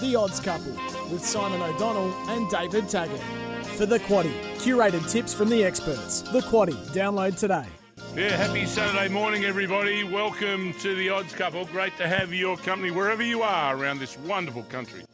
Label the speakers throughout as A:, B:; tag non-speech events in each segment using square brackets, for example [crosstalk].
A: The Odds Couple with Simon O'Donnell and David Taggart. For The Quaddy, curated tips from the experts. The Quaddy, download today.
B: Yeah, happy Saturday morning, everybody. Welcome to the Odds Couple. Great to have your company wherever you are around this wonderful country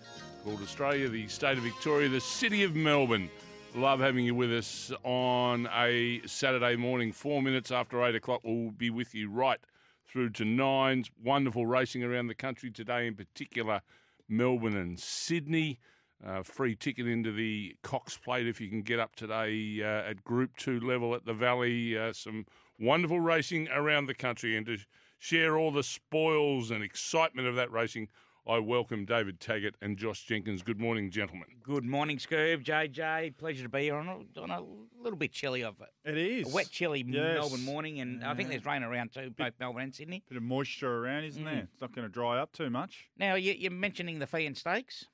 B: called Australia, the state of Victoria, the city of Melbourne. Love having you with us on a Saturday morning, four minutes after eight o'clock. We'll be with you right through to nine. Wonderful racing around the country today, in particular Melbourne and Sydney. Uh, free ticket into the Cox Plate if you can get up today uh, at Group 2 level at the Valley. Uh, some wonderful racing around the country. And to share all the spoils and excitement of that racing, I welcome David Taggart and Josh Jenkins. Good morning, gentlemen.
C: Good morning, Scoob, JJ. Pleasure to be here on a, on a little bit chilly of it.
D: It is.
C: A wet, chilly
D: Yes.
C: Melbourne morning, and I think
D: Yeah.
C: there's rain around too, both Melbourne and Sydney.
D: Bit of moisture around,
C: Mm.
D: isn't there? It's not going to dry up too much.
C: Now, you, you're mentioning the fee and stakes.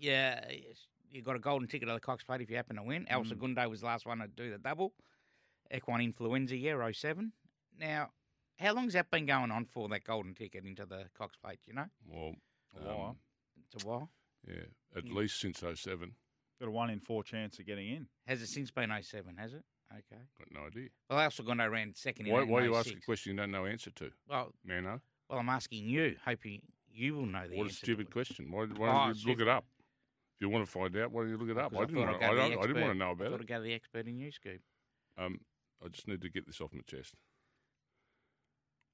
C: Yeah, you got a golden ticket to the Cox Plate if you happen to win. El
D: Mm.
C: Segundo was the last one to do the double. Equine Influenza, yeah, 07. Now, how long's that been going on for, that golden ticket into the Cox Plate, you know? Um,
B: Well, um,
D: A while.
C: uh, It's a while.
B: yeah, at least since 07.
D: Got a one in four chance of getting in.
C: Has it since been 07, has it? Okay.
B: Got no idea.
C: Well, El Segundo ran second in
B: Why,
C: that
B: why
C: in
B: do you ask a
C: 06.
B: question you don't know answer to,
C: Well,
B: Mano?
C: Well, I'm asking you, hoping you will know the
B: What a
C: answer to
B: stupid
C: it.
B: question. Why, why don't
C: Oh,
B: you
C: stupid.
B: look it up? If you want to find out, why don't you look it up?
C: Because
B: I didn't
C: thought
B: want to,
C: I'd
B: I
C: go to the
B: don't, I didn't want
C: expert.
B: to know
C: I
B: about
C: thought
B: it.
C: I'd go to the expert in you, Scoop. [laughs]
B: Um, I just need to get this off my chest.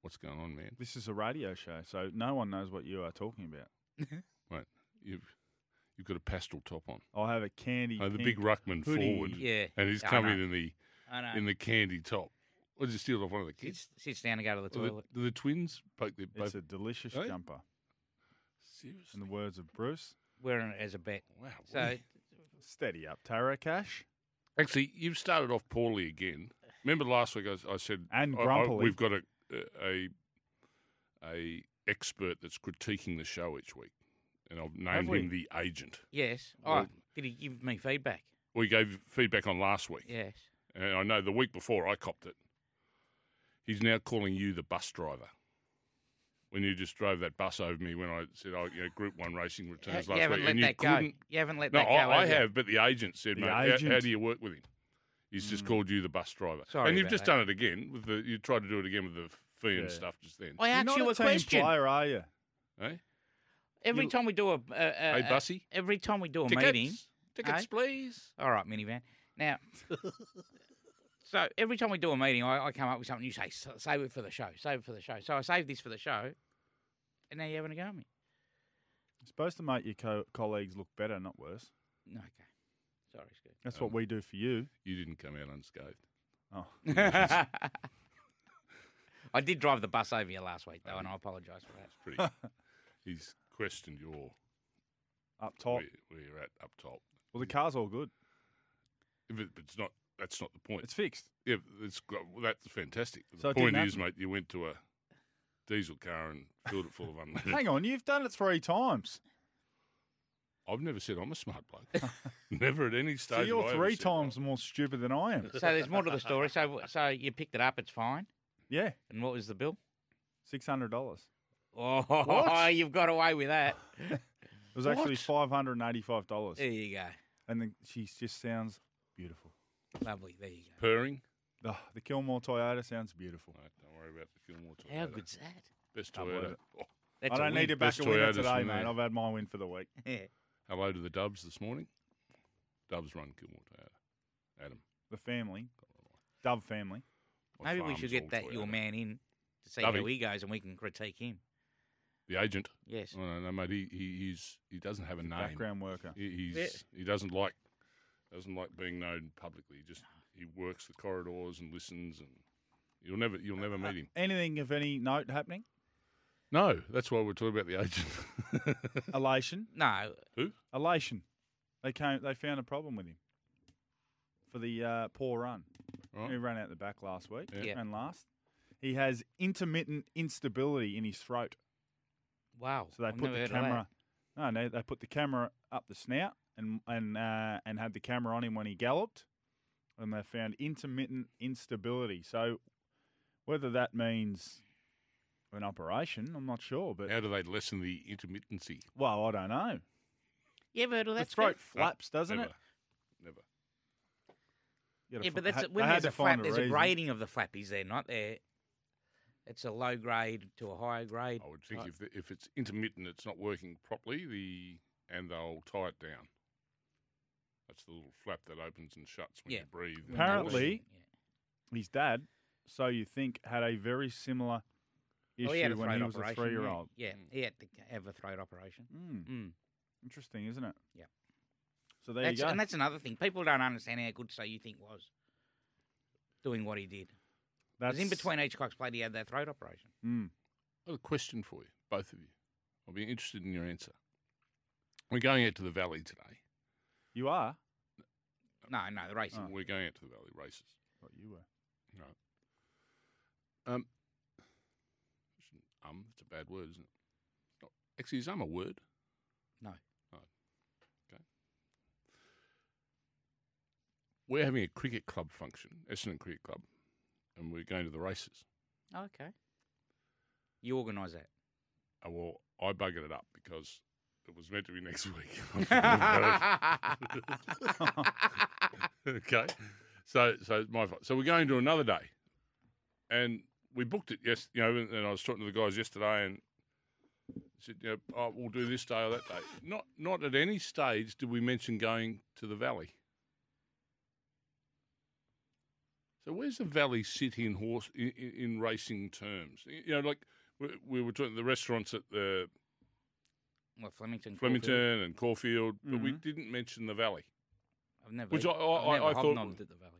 B: What's going on, man?
D: This is a radio show, so no one knows what you are talking about.
B: Mm. Right, you've you've got a pastel top on.
D: I have a candy.
B: Oh, the
D: pink
B: big ruckman
D: hoodie.
B: forward,
C: Yeah,
B: and he's
C: I
B: coming
C: know.
B: in the
C: I know.
B: in the candy top. What did you steal off one of the kids?
C: sits, sits down and go to the
B: Do the,
C: toilet.
B: do the twins poke their
D: It's
B: both?
D: a delicious
B: Eh?
D: jumper. In
B: Seriously?
D: the words of Bruce,
C: Wearing it as a bet.
B: Wow.
C: So,
D: steady up, Tara Cash.
B: Actually, you've started off poorly again. Remember last week I, s- I said
D: And
B: I- I-
D: grumpily.
B: we've got a, a a expert that's critiquing the show each week, and I've named
D: Have
B: him the agent.
C: yes. Oh,
B: Well-
C: did he give me feedback?
B: We gave feedback on last week,
C: Yes.
B: and Uh, I know the week before I copped it. He's now calling you the bus driver. When you just drove that bus over me when I said, "Oh, you know, Group One racing
C: Ha-
B: returns
C: you
B: last
C: haven't
B: week,"
C: let
B: and you
C: that go.
B: couldn't
C: You haven't let
B: No,
C: that go.
B: I, I
C: have you?
B: have, but the agent said,
D: The
B: mate, how- How,
D: agent. Mm.
B: do you work with him? He's just called you the bus driver.
C: Sorry
B: and you've
C: about
B: just
C: that.
B: done it again. With the, you tried to do it again with the fee
D: Yeah.
B: and stuff just then. Eh?
C: I asked
D: You're
C: you
D: not
C: a
D: a team
C: question.
D: player, are you?
B: Hey,
C: Every
B: You-
C: time we do a, a, a,
B: hey,
C: a-
B: Bussy?
C: every time we do a
B: Tickets?
C: meeting,
B: Tickets,
C: eh?
B: please.
C: All right, minivan. Now, so every time we do a meeting, I, I come up with something. You say, "S- save it for the show, save it for the show. So I saved this for the show, and now you're having a go at me.
D: You're supposed to make your co- colleagues look better, not worse.
C: No, okay. Sorry, Scoot.
D: That's
B: Um,
D: what we do for you.
B: You didn't come out unscathed.
D: Oh, [laughs]
C: [laughs] I did drive the bus over you last week, though, and I apologise for that.
B: It's
D: [laughs]
B: pretty. he's questioned your
D: up
B: where,
D: top.
B: where you're at up top.
D: Well, the car's all good.
B: But but it's not. That's not the point.
D: It's fixed.
B: yeah, it's got- well, that's fantastic. The
D: So it
B: point
D: didn't
B: is,
D: happen.
B: mate, you went to a diesel car and filled it full
D: [laughs]
B: of unleaded.
D: Hang on, you've done it three times.
B: I've never said I'm a smart bloke. [laughs] never at any stage.
D: So
B: have
D: you're
B: I ever
D: three
B: said, "Oh,
D: times more stupid than
B: [laughs]
D: I am.
C: So there's more to the story. So so you picked it up. It's fine.
D: Yeah,
C: And what was the bill?
D: six hundred dollars.
C: Oh,
D: What?
C: [laughs] you've got away with that.
D: It was actually
B: What?
D: five hundred and eighty-five dollars,
C: There you go.
D: and then she just sounds beautiful.
C: Lovely. There you go.
B: Purring.
D: The, the Kilmore Toyota sounds beautiful.
B: Right, don't worry about the Kilmore Toyota.
C: How good's that?
B: Best
D: Can't believe
B: Toyota.
D: it.
B: Oh,
C: That's
D: I don't need to back
B: Best
D: a winner
B: Toyotas
D: today,
B: from
D: mate.
B: there.
D: I've had my win for
B: [laughs]
D: the week.
C: it.
B: hello to the Dubs this morning. Dubs run Kilmore Toyota. Adam.
D: The family. Dove family.
B: My
C: Maybe we
B: farm's
C: should
B: all
C: get that your
B: Toyota.
C: man in to see
B: Lovely.
C: how he goes, and we can critique him.
B: the agent.
C: Yes.
B: Oh,
D: Mm.
B: no, no, mate. He, he he's he doesn't have a name.
D: Background worker.
B: He, he's he doesn't like doesn't like being known publicly. He just he works the corridors and listens, and you'll never you'll never meet him.
D: Anything of any note happening?
B: No, that's why we're talking about the agent. [laughs]
D: Elation.
C: No,
B: Who?
D: Elation. They came. They found a problem with him for the uh, poor run.
B: Right.
D: He ran out the back last week
B: Oh. Yeah.
C: Yeah.
D: and last. He has intermittent instability in his throat,
C: wow.
D: so they
C: I've
D: put
C: never
D: the
C: heard of that.
D: camera. No, no, they put the camera up the snout and and uh, and had the camera on him when he galloped, and they found intermittent instability. So whether that means an operation, I'm not sure, but
B: How do they lessen the intermittency?
D: well, I don't know.
C: You ever heard of that?
D: the throat
C: Scott?
D: flaps, doesn't
B: never,
D: it?
B: Never.
D: You gotta
C: Yeah,
D: fi-
C: but that's
D: ha-
C: when
D: they had
C: there's
D: to
C: a
D: find
C: flap. there's a
D: reason.
C: grading of the flap. Is there not? There, it's a low grade to a higher grade. Uh,
B: I would think if the, if it's intermittent, it's not working properly. The and they'll tie it down. That's the little flap that opens and shuts when
C: Yeah.
B: you breathe. in the
D: Apparently-
B: water.
D: his dad, so you think, had a very similar issue
C: Oh, he had a
D: when
C: throat
D: he was a
C: operation, yeah.
D: three-year-old.
C: Yeah, he had to have a throat operation.
D: Mm,
C: Mm.
D: interesting, isn't it?
C: Yeah.
D: So there
C: that's,
D: you go.
C: And that's another thing. People don't understand how good So You Think was doing what he did. Because in
D: That's-
C: between each Cox plate, he had that throat operation.
D: Mm.
B: I've got a question for you, both of you. I'll be interested in your answer. We're going out to the valley today.
D: You are.
C: No, no, the racing.
D: Oh.
B: We're going out to the valley races.
D: What you were.
B: Right. Um. shouldn't Um. It's a bad word, isn't it? Not- Actually, is um a word?
C: No.
B: Oh. Okay. We're having a cricket club function, Essendon Cricket Club, and we're going to the races.
C: Oh, okay. You organise that.
B: Oh, well, I buggered it up because it was meant to be next [laughs] week. I forgot about it.
C: yeah,
B: [laughs] okay. So so it's my fault. So we're going to another day, and we booked it. Yes, you know, and, and I was talking to the guys yesterday, and said, you know, oh, we'll do this day or that day. Not not at any stage did we mention going to the valley. So where's the valley sit in horse in, in, in racing terms? You know, like we, we were talking the restaurants at the
C: [laughs] well, Flemington.
B: Flemington
C: Caulfield.
B: and Caulfield, but we
D: Mhm.
B: didn't mention the valley.
C: I've never.
B: Which I- I-
C: I've never
B: I- I thought-
C: hobnobbed at the Valley.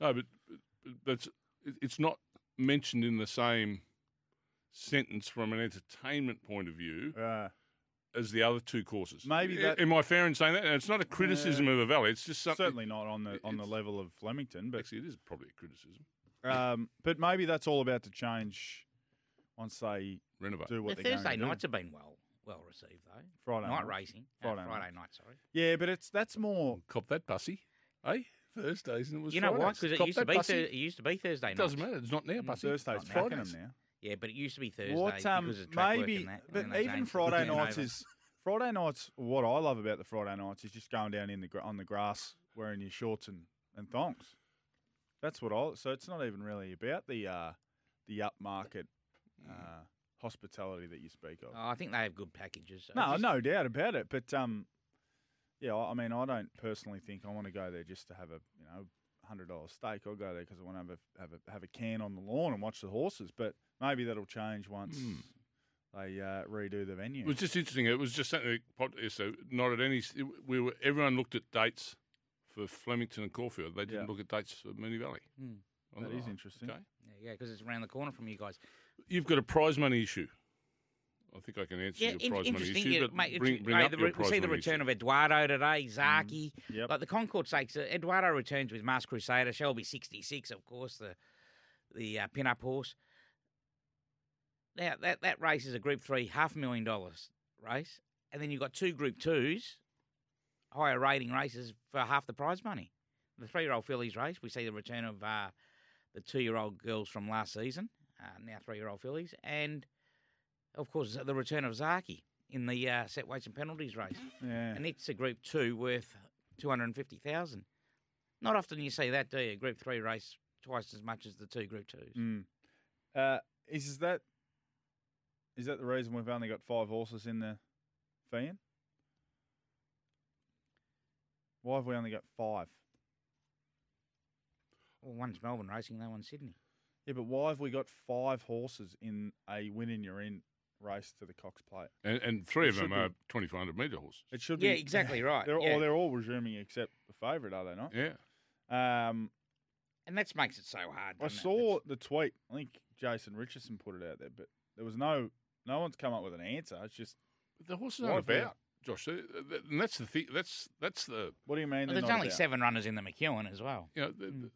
B: No, but but that's it- it's not mentioned in the same sentence from an entertainment point of view
D: Uh,
B: as the other two courses.
D: Maybe
B: A-
D: that-
B: am I fair in saying that? And it's not a criticism
D: Uh,
B: of the valley. It's just something.
D: certainly not on the on the
B: it's-
D: level of Flemington, but
B: Actually, it is probably a criticism.
D: um, but maybe that's all about to change once they
B: Renovate.
D: do what
C: the
D: they're going
C: Thursday
D: to do.
C: nights have been well well received though.
D: Friday
C: night
D: night.
C: racing. Uh,
D: Friday night.
C: Friday night. Sorry.
D: Yeah, but it's that's more.
B: Cop that bussy, eh? Thursdays and it was
C: you know why?
B: Fridays.
C: Because it
B: Cop
C: used to
B: that
C: be
B: bussy.
C: Thur- it used to be Thursday night.
B: It doesn't matter. It's not now, bussy.
D: Thursday's
B: It's
D: fucking
B: Fridays.
D: them now. um,
C: Yeah, but it used to be Thursday
B: um,
C: because of track work
D: maybe,
C: and that, and then
D: but
C: they
D: even
C: changed it.
D: Friday
C: Yeah.
D: nights
C: Turnover.
D: is Friday nights. What I love about the Friday nights is just going down in the gra- on the grass wearing your shorts and, and thongs. That's what I. So it's not even really about the uh, the upmarket
C: Mm.
D: uh, hospitality that you speak of.
C: Oh, I think they have good packages. so
D: no,
C: just-
D: no doubt about it. But um, yeah, I I mean, I don't personally think I want to go there just to have a you know hundred dollar steak. I'll go there because I want to have a have a have a can on the lawn and watch the horses. But maybe that'll change once
B: Mm.
D: they uh, redo the venue.
B: It was just interesting. It was just something that popped. So not at any. it- We were. Everyone looked at dates for Flemington and Caulfield. They didn't
D: Yeah.
B: look at dates for Mooney Valley.
C: Hmm.
B: I
D: That
B: thought,
D: is
B: "Oh,
D: interesting.
B: okay."
C: Yeah, because it's around the corner from you guys.
B: You've got a prize money issue. I think I can answer
C: Yeah,
B: your
C: in-
B: prize money
C: interesting.
B: issue.
C: yeah,
B: but
C: mate, it's-
B: bring, bring
C: hey,
B: up
C: the,
B: your
C: re- we
B: prize
C: see the
B: money Mm.
C: return
B: issue.
C: of Eduardo today, Zaki.
D: Hmm. Yep.
C: Like the Concord Stakes, uh, Eduardo returns with Mask Crusader, Shelby 66, of course, the the uh, pin-up horse. Now, that, that race is a Group 3 half million dollars race. And then you've got two Group 2s, higher rating races for half the prize money. The three-year-old fillies race, we see the return of uh, the two-year-old girls from last season, uh, now three-year-old fillies. And, of course, the return of Zaki in the uh, set weights and penalties race
D: yeah.
C: and it's a Group Two worth two hundred and fifty thousand. Not often you see that, do you? Group Three race twice as much as the two Group Twos.
D: Mm. Uh, is that is that the reason we've only got five horses in the fan? Why have we only got five?
C: Well, one's Melbourne Racing, the other one's Sydney.
D: Yeah, but why have we got five horses in a win in your in race to the Cox Plate?
B: And, and three
D: It
B: of them
D: should
B: are
D: be.
B: 2,500 metre horses.
D: It should
C: Yeah,
D: be
C: exactly right,
D: [laughs] They're
C: yeah.
D: all they're all resuming except the favourite, are they not?
B: Yeah.
D: Um,
C: And that makes it so hard.
D: I
C: doesn't it?
D: saw the tweet. I think Jason Richardson put it out there, but there was no no one's come up with an answer. It's just
B: But the horses
D: Why
B: aren't
D: have they-
B: about, Josh. They- they- and that's the thing. That's, that's the,
D: what do you
C: Well,
D: mean? they're
C: there's
D: not
C: only
D: about?
C: seven runners in the McEwen as well.
B: you know, the, the,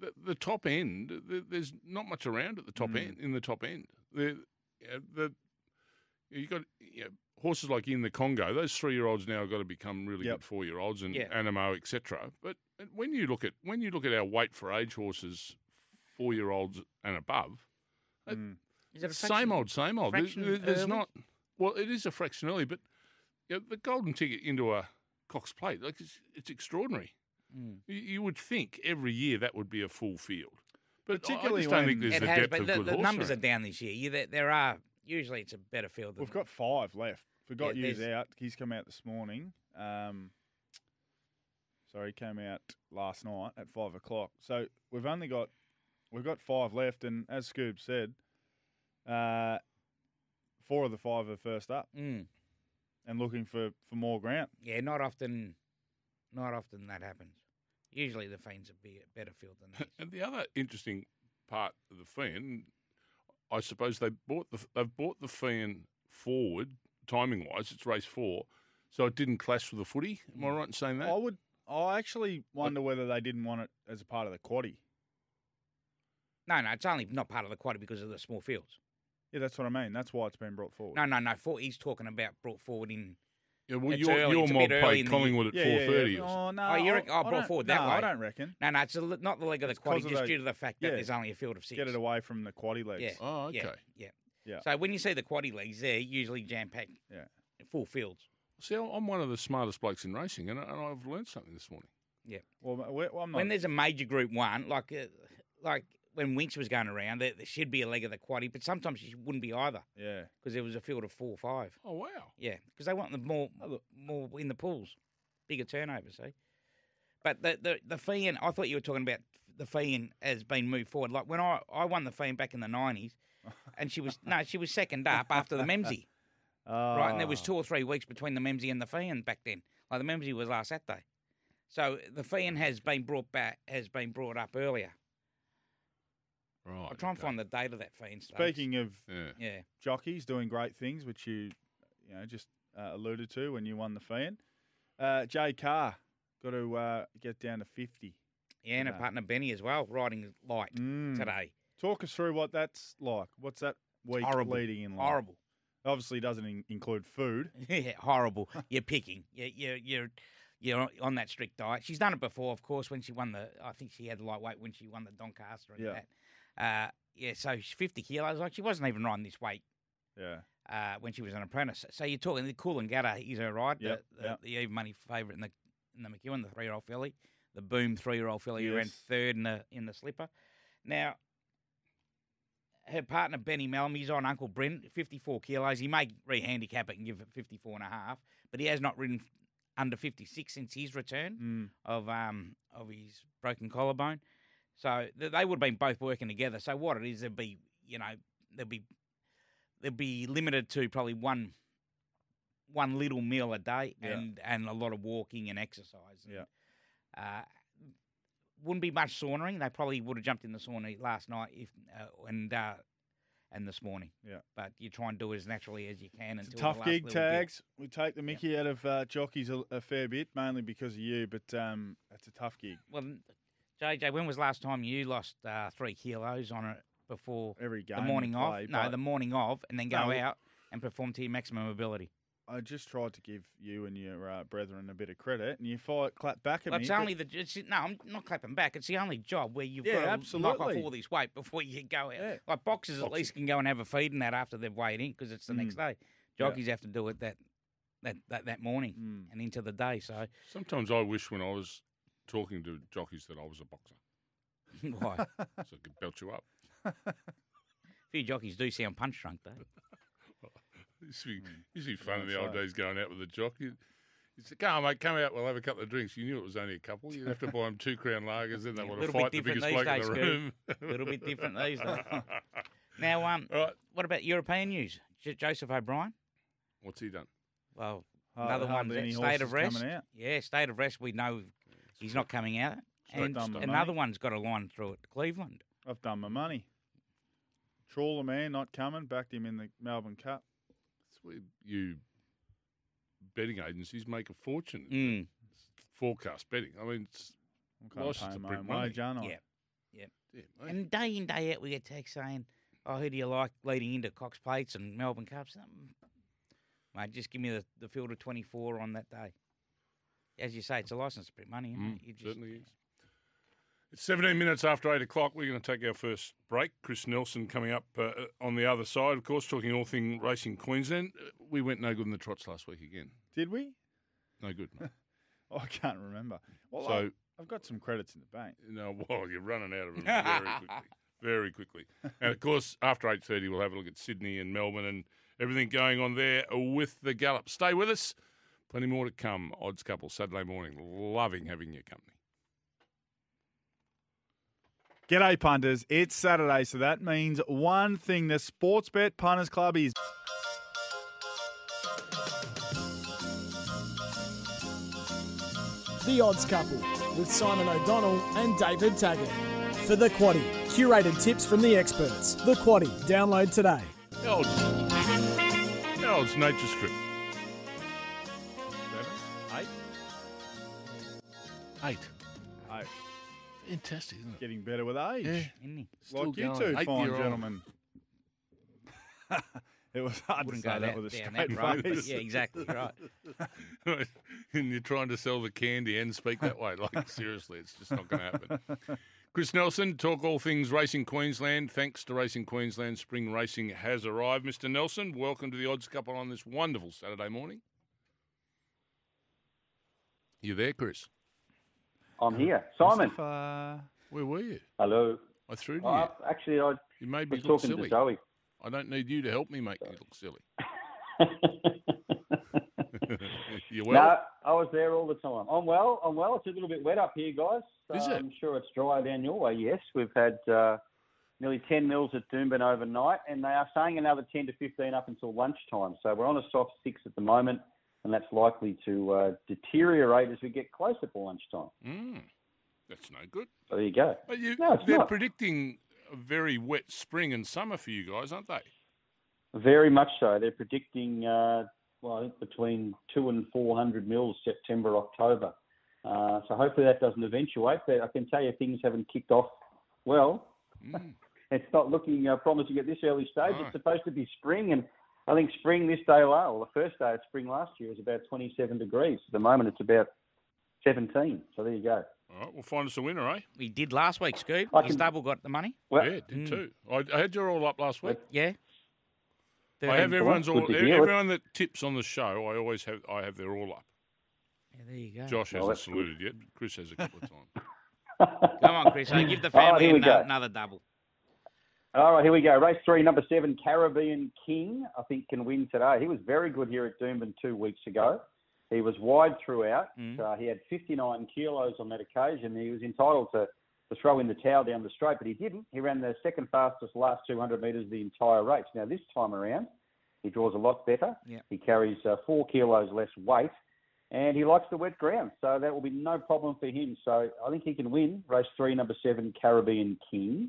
B: the, the top end, the, there's not much around at the top end, in the top end. The, yeah, the, you got you know, horses like in the Congo, those three year olds now have got to become really
D: Yep.
B: good four year olds and
C: Yeah.
B: Animo, et cetera. But when you look at when you look at our weight for age horses, four year olds and above,
C: Is it a
B: same
C: fraction?
B: old, same old. There's,
C: fraction
B: there's
C: early?
B: not. Well, it is a fraction early, but you know, the golden ticket into a Cox Plate, like it's, it's extraordinary.
C: Hmm.
B: You, you would think every year that would be a full field, but I, I
D: Particularly
B: just don't
D: when-
B: think there's
C: It
B: the
C: has,
B: depth
C: but
B: of
C: the,
B: good
C: the
B: horse
C: numbers are
B: around.
C: down this year. You, there, there are usually it's a better field. Than
D: We've got five left. Forgot
C: Yeah,
D: yous
C: there's-
D: out. He's come out this morning. Um, sorry, he came out last night at five o'clock. So we've only got we've got five left, and as Scoob said, uh, four of the five are first up
C: Mm.
D: and looking for for more ground.
C: Yeah, not often, not often that happens. Usually the Fiends would be a better field than this.
B: And the other interesting part of the fan, I suppose they bought the they've bought the fan forward timing wise. It's race four, so it didn't clash with the footy. Am I
C: Hmm.
B: right in saying that?
D: I
C: Oh,
D: would. I actually wonder whether they didn't want it as a part of the quaddy.
C: no, no, it's only not part of the quad because of the small fields.
D: Yeah, that's what I mean. That's why it's been brought forward.
C: No, no, no. For, he's talking about brought forward in.
B: yeah, well,
C: it's
B: your,
C: early,
B: your
C: it's a
B: mob
C: bit early
B: played
C: in the
B: Collingwood at
D: Yeah,
B: four
D: yeah,
B: thirty.
D: yeah. Oh no!
C: Oh, you
D: I-
C: reckon- oh,
D: I
C: brought
D: don't-
C: forward that
D: no,
C: way.
D: I don't reckon.
C: No, no, it's a, li- not the leg of the
D: It's
C: quad,
D: 'cause
C: just
D: of
C: due
D: those-
C: to the fact that
D: yeah.
C: there's only a field of six.
D: Get it away from the quaddy legs.
C: Yeah.
B: Oh,
C: yeah,
B: okay.
C: Yeah,
D: Yeah.
C: So when you see the quaddy legs, they're usually jam packed,
D: Yeah.
C: full fields.
B: See, I- I'm one of the smartest blokes in racing, and, I- and I've learned something this morning.
D: Well, ma- we- well, I'm not.
C: When there's a major group one, like uh, like when Winks was going around, there, there should be a leg of the quaddy, but sometimes she wouldn't be either
D: yeah.
C: because there was a field of four or five.
B: Oh, wow.
C: Yeah, because they want the more
D: Oh,
C: more in the pools, bigger turnover. See, but the the the fee in, I thought you were talking about the fee in has been moved forward. Like when I I won the fee in back in the
D: [laughs]
C: nineties, and she was no, she was second up after the Memsey, right? And there was
D: Ah.
C: two or three weeks between the Memsey and the fee in back then. Like the Memsey was last Saturday, so the fee in has been brought back has been brought up earlier.
B: Right.
C: I'll try and find the date of that fee in. Stokes.
D: Speaking of
B: Yeah.
C: yeah,
D: jockeys doing great things, which you, you know, just uh, alluded to when you won the fan. Uh, Jay Carr got to uh, get down to fifty.
C: yeah, and her
D: No.
C: partner Benny as well, riding light
D: Mm.
C: today.
D: Talk us through what that's like. What's that week
C: horrible.
D: leading in like?
C: Horrible.
D: Obviously, doesn't in- include food.
C: [laughs] Yeah, horrible. You're picking. You're, you're you're you're on that strict diet. She's done it before, of course, when she won the. I think she had lightweight when she won the Doncaster and
D: Yeah.
C: that. Uh, yeah, so she's 50 kilos. Like she wasn't even riding this weight
D: Yeah.
C: uh, when she was an apprentice. So you're talking the Cool and Gutter is her right,
D: Yep,
C: the, the,
D: yep.
C: the even money favourite in the in the McEwen, the three year old filly, the Boom three year old filly who ran
D: Yes.
C: third in the in the slipper. Now, her partner Benny Malm, he's on Uncle Brent, 54 kilos. He may re-handicap it and give it 54 and a half, but he has not ridden under 56 since his return
D: Mm.
C: of um of his broken collarbone. So th- they would have been both working together. So what it is, there'd be you know there'd be there'd be limited to probably one one little meal a day
D: Yeah.
C: and and a lot of walking and exercise. and,
D: Yeah.
C: Uh, wouldn't be much saunering. They probably would have jumped in the sauna last night if uh, and uh, and this morning.
D: Yeah.
C: But you try and do as naturally as you can
D: It's a
C: until the
D: tough
C: last
D: gig,
C: little bit.
D: tags. We take the Mickey out of uh, jockeys a, a fair bit, mainly because of you. But um, that's a tough gig
C: Well, JJ, when was last time you lost uh, three kilos on it before
D: every game.
C: the
D: we
C: morning off?
D: play,
C: No,
D: but
C: the morning of, and then go
D: No, we-
C: out and perform to your maximum ability.
D: I just tried to give you and your uh, brethren a bit of credit, and you fight clap back at
C: Well,
D: me.
C: it's
D: but-
C: only the it's, no, I'm not clapping back. It's the only job where you've
D: Yeah,
C: got to knock off
D: absolutely.
C: all this weight before you go out.
D: Yeah.
C: Like boxers, at least can go and have a feed and that after they've weighed in because it's the next
D: Mm.
C: day. Jockeys have to do it that that that, that morning
D: Mm.
C: and into the day. So [laughs]
B: Sometimes I wish when I was talking to jockeys that I was a boxer
C: why?
D: [laughs]
C: a
B: so I could belt you up.
C: few jockeys do sound punch drunk though.
B: It used to be, used to be fun in
D: that's
B: the old
D: right.
B: days going out with a jockey. He said, "Come on, mate, come out. We'll have a couple of drinks." You knew it was only a couple. You'd have to buy them two crown lagers, then they
C: Yeah,
B: want to
C: little bit
B: fight the
C: different
B: biggest bloke in
C: these
B: the
C: days, Goo.
B: room. [laughs]
C: A little bit different these days.
D: [laughs]
C: Now, um,
B: All right,
C: what about European news? J- Joseph O'Brien.
B: What's he done?
C: Well,
D: Hard-
C: another one.
D: hardly any
C: State of
D: horses
C: rest.
D: coming out.
C: Yeah, state of rest. We know he's not coming out.
D: Straight
C: And
D: down the
C: another
D: money.
C: one's got a line through it. Cleveland.
D: I've done my money. Trawler man not coming. Backed him in the Melbourne Cup.
B: It's where you betting agencies make a fortune. in
C: Mm.
B: Forecast betting. I mean, it's,
D: I'm kind
B: Lost
D: of
B: the
D: paying my
B: big
D: own
B: money.
D: wage, aren't I?
C: Yeah.
B: yeah, mate.
C: And day in day out, we get texts saying, "Oh, who do you like leading into Cox Plates and Melbourne Cups?" Um, Mate, just give me the, the field of twenty four on that day. As you say, it's a license to print money. Isn't
B: Mm,
C: it? You just,
B: certainly is. It's 17 minutes after 8 o'clock. We're going to take our first break. Chris Nelson coming up uh, on the other side, of course, talking all thing racing Queensland. Uh, We went no good in the trots last week again.
D: Did we? [laughs]
B: No good. mate.
D: Oh, I can't remember. Well,
B: So-
D: I, I've got some credits in the bank.
B: no, well, you're running out of them very quickly. Very quickly. And, of course, after 8.30, we'll have a look at Sydney and Melbourne and everything going on there with the gallop. Stay with us. Plenty more to come. Odds couple, Saturday morning. Loving having your company.
D: G'day, punters. It's Saturday, so that means one thing the Sportsbet Punters Club is.
A: The Odds Couple with Simon O'Donnell and David Taggart. For The Quaddy, curated tips from the experts. The Quaddy, download today.
B: Old, old nature strip.
D: Seven, eight,
B: Eight.
D: eight.
B: Fantastic, isn't
D: Getting better with age.
B: Yeah.
C: isn't he?
B: Still
D: like you
B: going.
D: two
B: Eight
D: fine
B: year old.
D: gentlemen. [laughs] it was hard
C: Wouldn't
D: to
C: go
D: say that
C: that-
D: with a
C: down
D: straight
C: that road, but [laughs]
D: face.
C: yeah, exactly right.
B: [laughs] and you're trying to sell the candy and speak that way. Like, seriously, it's just not going to happen. Chris Nelson, talk all things Racing Queensland. Thanks to Racing Queensland, spring racing has arrived. Mr. Nelson, welcome to the Odds Couple on this wonderful Saturday morning. You there, Chris?
E: I'm here. Simon.
D: Christopher.
B: Where were you?
E: Hello.
B: I threw to
E: Uh,
B: you.
E: actually, I
B: You made me
E: was
B: look
E: talking
B: silly. [laughs]
E: to Zoe.
B: I don't need you to help me make you look silly.
E: [laughs]
B: you well?
E: no, I was there all the time. I'm well. I'm well. It's a little bit wet up here, guys.
B: Is it?
E: I'm sure it's dry down your way. Yes, we've had uh, nearly 10 mils at Doomben overnight, and they are saying another 10 to 15 up until lunchtime. So we're on a soft six at the moment, and that's likely to uh, deteriorate as we get closer to lunchtime.
B: Mm, that's no good.
E: So there you go.
B: But you,
E: No, it's
B: they're
E: not.
B: predicting a very wet spring and summer for you guys, aren't they?
E: Very much so. They're predicting, uh, well, I think between two and four hundred mils September, October. Uh, so hopefully that doesn't eventuate. But I can tell you things haven't kicked off well.
C: Mm.
E: [laughs] it's not looking uh, promising at this early stage.
B: No.
E: It's supposed to be spring, and I think spring this day, la- well, the first day of spring last year was about 27 degrees. At the moment, it's about 17. So there you go.
B: All right, we'll find us a winner, eh?
C: We did last week, Scoob.
E: I
C: The
E: can-
C: stable got the money.
E: Well, [laughs]
B: yeah, did too. I, I had you all up last week.
C: Yeah.
B: I have
E: it.
B: everyone's all. e-,
E: Good to hear it.
B: Everyone that tips on the show, I always have. I have their all up.
C: Yeah, there you go.
B: Josh hasn't
E: that's good.
B: saluted yet. but Chris has a couple
E: [laughs]
B: of times.
C: Come on, Chris. Hey, give the
E: Oh, here
C: family
E: we
C: ano-
E: go.
C: another double.
E: All right, here we go. Race three, number seven, Caribbean King, I think can win today. He was very good here at Doomben two weeks ago. He was wide throughout. Uh, he had 59 kilos on that occasion. He was entitled to, to throw in the towel down the straight, but he didn't. He ran the second fastest last 200 metres of the entire race. Now, this time around, he draws a lot better.
C: Yep.
E: He carries uh, four kilos less weight, and he likes the wet ground, so that will be no problem for him. So I think he can win race three, number seven, Caribbean King.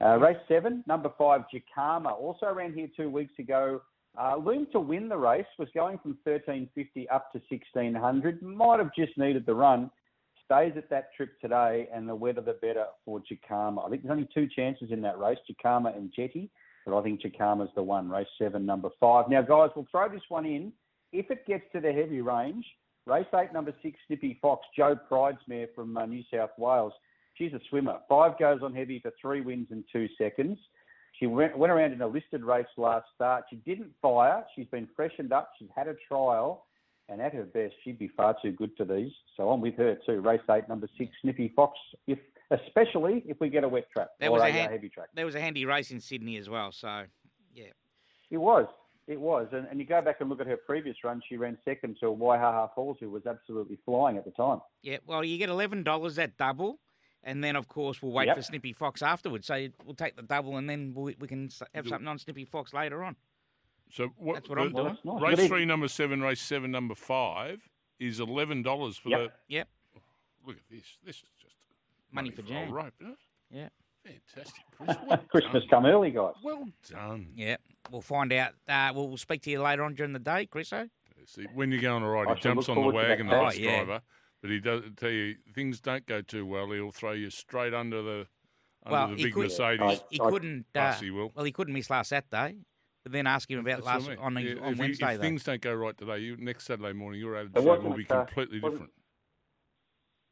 E: Uh, race seven, number five, Jacama, also ran here two weeks ago. Uh, loomed to win the race, was going from 1350 up to 1600. Might have just needed the run. Stays at that trip today, and the weather the better for Jacama. I think there's only two chances in that race, Jacama and Jetty, but I think Jacama's the one. Race seven, number five. Now, guys, we'll throw this one in. If it gets to the heavy range, race eight, number six, Snippy Fox, Joe Pride's mare from uh, New South Wales. She's a swimmer. Five goes on heavy for three wins and two seconds. She went, went around in a listed race last start. She didn't fire. She's been freshened up. She's had a trial. And at her best, she'd be far too good for these. So I'm with her too. Race eight, number six, Snippy Fox, if, especially if we get a wet track
C: That
E: or
C: was a
E: a,
C: hand-
E: heavy track.
C: There was a handy race in Sydney as well, so yeah.
E: It was. It was, and, and you go back and look at her previous run. She ran second to Waihaha Falls, who was absolutely flying at the time.
C: Yeah, well, you get eleven dollars that double, and then of course we'll wait
E: Yep.
C: for Snippy Fox afterwards. So we'll take the double, and then we, we can s- have something on Snippy Fox later on.
B: So what,
C: That's what I'm doing.
E: That's nice. Good
B: Race
E: evening.
B: three, number seven, race seven, number five is eleven dollars for
E: Yep.
C: Yep,
B: the. Look at this. This is just
C: money, for
B: old
C: jam.
B: rope. huh?
C: Yeah,
B: Fantastic, Chris. Well
E: [laughs] Christmas
B: done.
E: come early, guys.
B: Well done.
C: yeah. We'll find out. Uh, we'll, we'll speak to you later on during the day, eh? Chriso.
B: See, when you're going all right,
E: I
B: he
E: shall
B: jumps
E: look
B: on the
E: forward to
B: wagon,
E: that
B: the
E: day.
B: bus
C: Oh, yeah.
B: driver. But he does tell you things don't go too well. He'll throw you straight under the under
C: Well,
B: the
C: he
B: big
C: could-
B: Mercedes.
E: I-
C: He
E: I-
C: couldn't. Uh,
B: Yes, he will.
C: Well, he couldn't miss last Saturday. But then ask him about
B: That's what I
C: last
B: mean.
C: on,
B: Yeah,
C: his- on
B: if you-
C: Wednesday
B: if
C: though. [laughs]
B: things don't go right today, you, next Saturday morning, your
E: It
B: attitude
E: wasn't
B: will be
E: a- uh,
B: completely
E: wasn't-
B: different.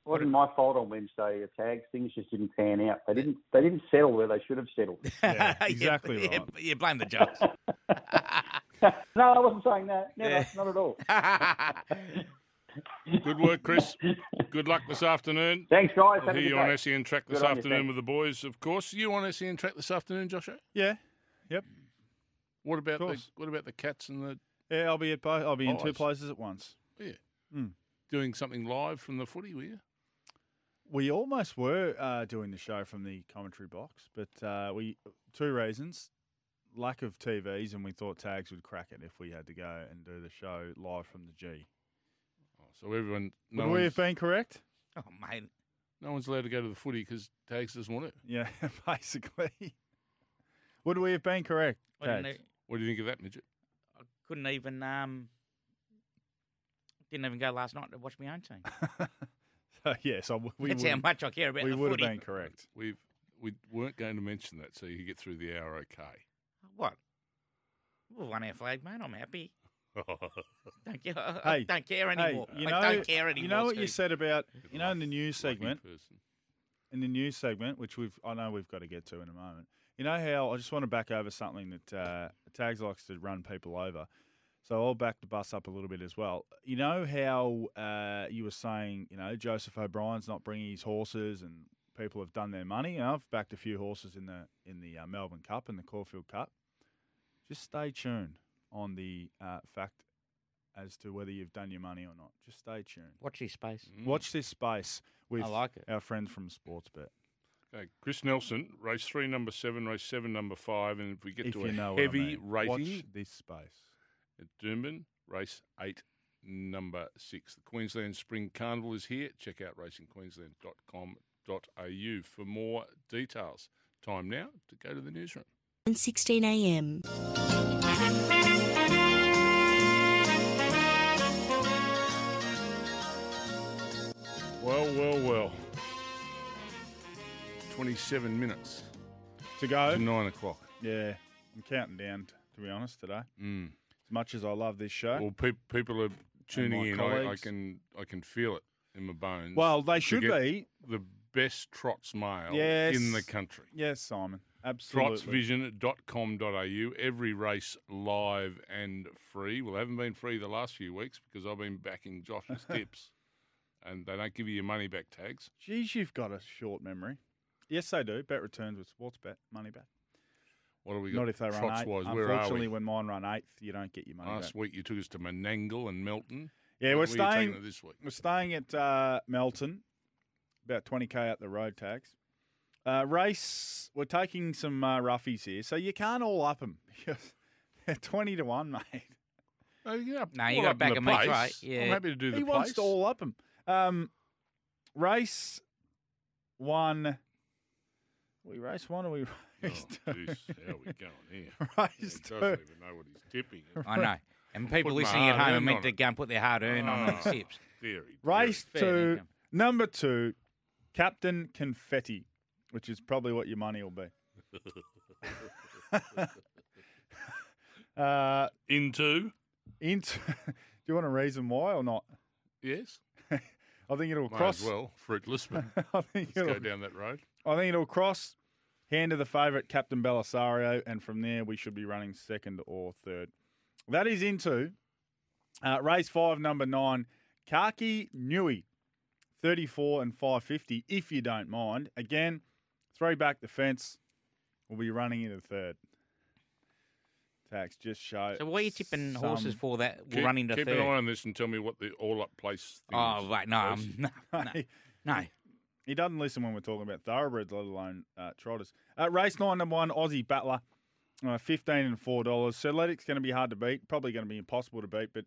E: It wasn't my fault on Wednesday. The tags things just didn't pan out. They didn't. They didn't settle where they should have settled. [laughs]
D: Yeah,
C: Yeah,
D: exactly
C: yeah,
D: right.
C: yeah, blame [laughs] the jokes.
E: no, I wasn't saying that. Never,
C: Yeah.
E: not at all.
B: Good work,
E: [laughs]
B: Chris. Good luck this afternoon.
E: Thanks, guys.
B: We'll
E: Have a
B: hear
E: good
B: you on E
E: day.
B: SEN Track this
E: Good on you,
B: afternoon
E: thanks.
B: with the boys, of course. You on SEN Track this afternoon, Joshua?
D: Yeah. Yep.
B: What about the
D: course.
B: what about the cats and the
D: Yeah, I'll be at both. I'll be in
B: Oh, I
D: two
B: see.
D: places at once.
B: doing something live from the footy? Were you?
D: We almost were uh, doing the show from the commentary box, but uh, we two reasons: lack of TVs, and we thought tags would crack it if we had to go and do the show live from the G.
B: Oh, so everyone, no
D: would we
B: one's,
D: have been correct?
C: oh mate,
B: no one's allowed to go to the footy because Tags doesn't want it.
D: Yeah, [laughs] basically. would we have been correct?
C: I didn't,
D: Tags?
C: e-
B: What do you think of that, midget?
C: I couldn't even. Um, didn't even go last night to watch my own team.
D: so, yeah, so [laughs] we- we
C: That's
D: would
C: how much I care about
D: we
C: the
D: would have
C: footy.
D: been correct.
B: We've we weren't going to mention that, so you could get through the hour okay.
C: What? We've won our flag, mate. I'm
D: [laughs]
C: happy. Don't care. [laughs] I
D: Hey,
C: don't care
D: Hey,
C: anymore.
D: you
C: I
D: know-
C: don't care anymore.
D: You know what you
C: Steve.
D: said about
B: Good
D: you know in the
B: luck,
D: news
B: lucky
D: segment
B: person.
D: in the news segment, which we've I know we've got to get to in a moment. You know how I just want to back over something that uh, Tags likes to run people over. So I'll back the bus up a little bit as well. You know how uh, you were saying, you know, Joseph O'Brien's not bringing his horses, and people have done their money. And I've backed a few horses in the in the uh, Melbourne Cup and the Caulfield Cup. Just stay tuned on the uh, fact as to whether you've done your money or not. Just stay tuned.
C: Watch this space.
D: Watch this space with
C: Mm. like it.
D: our friends from Sportsbet.
B: Okay, Chris Nelson, race three, number seven, race seven, number five, and if we get
D: if
B: to a
D: you know
B: heavy
D: what I mean.
B: rating
D: Watch this space.
B: at Doomben, race eight, number six. The Queensland Spring Carnival is here. Check out racingqueensland.com.au for more details. Time now to go to the newsroom.
F: 16 a.m.
B: Well, well, well. 27 minutes
D: To go.
B: to 9 o'clock.
D: Yeah, I'm counting down. t- To be honest, today.
B: Mm.
D: As much as I love this show,
B: Well, peop people are tuning
D: my
B: in. I, I
D: colleagues.
B: can I can feel it in my bones.
D: Well, they
B: to
D: should
B: get
D: be.
B: the best trots mail in the
D: Yes.
B: country.
D: yes, Simon, absolutely.
B: Trotsvision.com.au. Every race live and free. Well, they haven't been free the last few weeks because I've been backing
D: [laughs]
B: Josh's tips, and they don't give you your money back tags.
D: Geez, you've got a short memory. Yes, they do. Bet returns with sports bet, money bet.
B: What have we got?
D: Not if they run
B: trots
D: eighth.
B: wise. Where are
D: Unfortunately,
B: we?
D: when mine run eighth, you don't get your money
B: Last
D: back.
B: week you took us to Menangle and Melton.
D: Yeah, we're
B: Where are you taking
D: staying.
B: it this week.
D: We're staying at uh, Melton, about 20k up the road tax. Uh, race, we're taking some uh, roughies here, so you can't all up [laughs] them. 20 to 1, mate.
B: No, Uh, you got
C: No, you gotta back
B: a
C: them each way. Yeah.
B: I'm happy to do the
D: he wants
B: place.
D: to all up them. Um, race 1. We race 1 or we [laughs]
C: [laughs]
D: race
B: Oh,
D: 2?
B: jeez, how we going here? He
D: [laughs] race
B: doesn't
D: 2.
B: even know what he's tipping.
C: [laughs] I know. And people
B: my
C: listening at
B: hard
C: home are
B: earned
C: meant
B: on
C: to
B: it.
C: go and put their hard earned on
D: Ah.
C: those
B: Oh.
C: tips.
B: Theory.
D: Race
C: Fair
D: 2,
C: dinkum.
D: number 2, Captain Confetti, which is probably what your money will be. uh,
B: Into.
D: Int, [laughs] do you want a reason why or not?
B: Yes.
D: I think it'll
B: Might
D: cross.
B: as well. Fruitless. but
D: [laughs]
C: [laughs]
D: I, think
B: Let's
D: it'll,
B: go down that road.
D: I think it'll cross. Hand to the favourite, Captain Belisario, and from there we should be running second or third. That is into uh, race five, number nine, Kaki Nui, 34 and 550, if you don't mind. Again, three back the fence, will be running into third. tax. Just show.
C: So what are you tipping
D: some-
C: horses for that will
B: Keep,
C: run into
B: keep
C: third?
B: an eye on this and tell me what the all up place thing
C: oh,
B: is.
C: right. No,
B: Please.
C: I'm, [laughs] no, no, no.
D: He doesn't listen when we're talking about thoroughbreds, let alone uh, trotters. Uh, race nine, number one, Aussie Battler, uh, fifteen and four dollars. Athletic's going to be hard to beat, probably going to be impossible to beat. But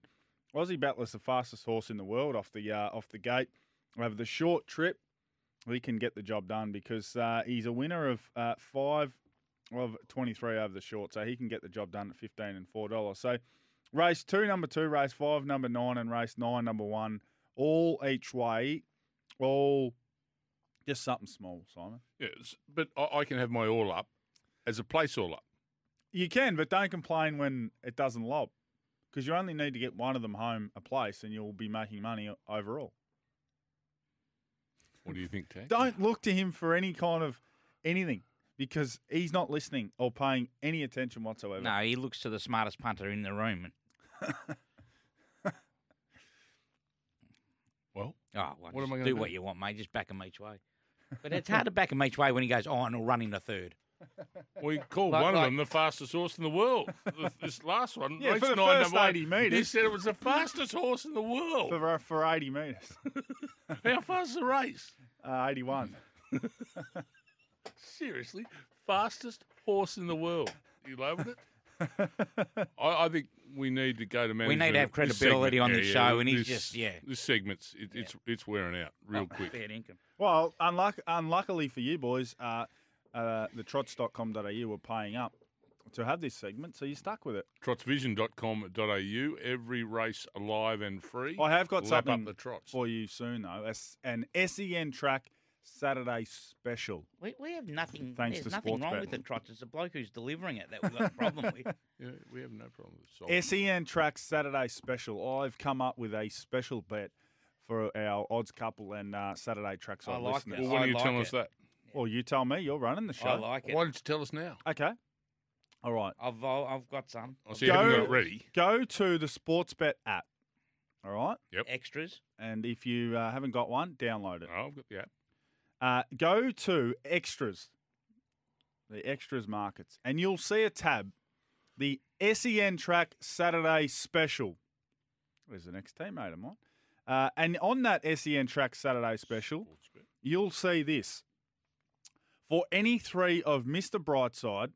D: Aussie Battler's the fastest horse in the world off the uh, off the gate. Over the short trip, he can get the job done because uh, he's a winner of uh, five of twenty three over the short, so he can get the job done at fifteen and four dollars. So race two, number two, race five, number nine, and race nine, number one, all each way, all. Just something small, Simon.
B: Yes, but I, I can have my all up as a place all up.
D: You can, but don't complain when it doesn't lob, because you only need to get one of them home a place, and you'll be making money o- overall.
B: What do you think, Tax?
D: Don't look to him for any kind of anything, because he's not listening or paying any attention whatsoever.
C: No, he looks to the smartest punter in the room. And,
B: [laughs] Well,
C: oh, well,
B: What am
C: just
B: I gonna
C: do,
B: do?
C: what you want, mate. Just back him each way. But it's hard to back him each way when he goes, oh, and he'll run into third.
B: we called
C: Like-
B: one of
C: like-
B: them the fastest horse in the world. Th- this last
C: [laughs]
B: one,
D: Yeah,
B: race
D: for the
B: nine,
D: first
B: number one,
D: 80 metres.
B: He said it was the fastest horse in the
C: [laughs]
B: world.
D: For, for 80 metres,
B: How fast is the race?
D: [laughs] uh, 81.
B: Seriously, fastest horse in the world. You loving it? I, I think we need to go to management.
C: need to have
B: This
C: credibility
B: segment-
C: on this show, and he's
B: this-
C: just- yeah. Oh,
B: This segment's it, it's it's wearing out real quick.
C: Fair income.
D: Well, unluck- unluckily for you boys, uh, uh, the trots.com.au were paying up to have this segment, so you're stuck with it.
B: Trotsvision.com.au. Every race alive and free.
D: I have got
B: Lap
D: something
B: up the trots.
D: for you soon, though. It's an SEN track Saturday special.
C: We, we have nothing.
D: Thanks
C: there's
D: to
C: nothing
D: Sportsbet.
C: wrong with the trots. It's the bloke who's delivering it that we've got a
B: [laughs]
C: problem
D: [laughs]
C: Oh. with.
B: Yeah, we have no problem with salt.
D: SEN E track Saturday special. I've come up with a special bet for our odds couple and uh, Saturday tracks.
C: I
D: Side
C: like
D: listeners.
B: well,
C: this.
B: why
C: I
B: do you
C: like
B: tell
C: it.
B: us that?
D: Well, you tell me. You're running the show.
C: I like it.
B: Why don't you tell us now?
D: Okay. All right.
C: I've, I've got some
B: I see you haven't got it
D: Go-
B: ready.
D: Go to the Sportsbet app. All right.
C: extras.
D: And if you uh, haven't got one, download it.
B: Oh, I've got the app.
D: Uh, go to extras, the extras markets, and you'll see a tab, the SEN track Saturday special. There's an ex teammate of mine. Uh, and on that SEN track Saturday special, you'll see this. For any three of Mr. Brightside,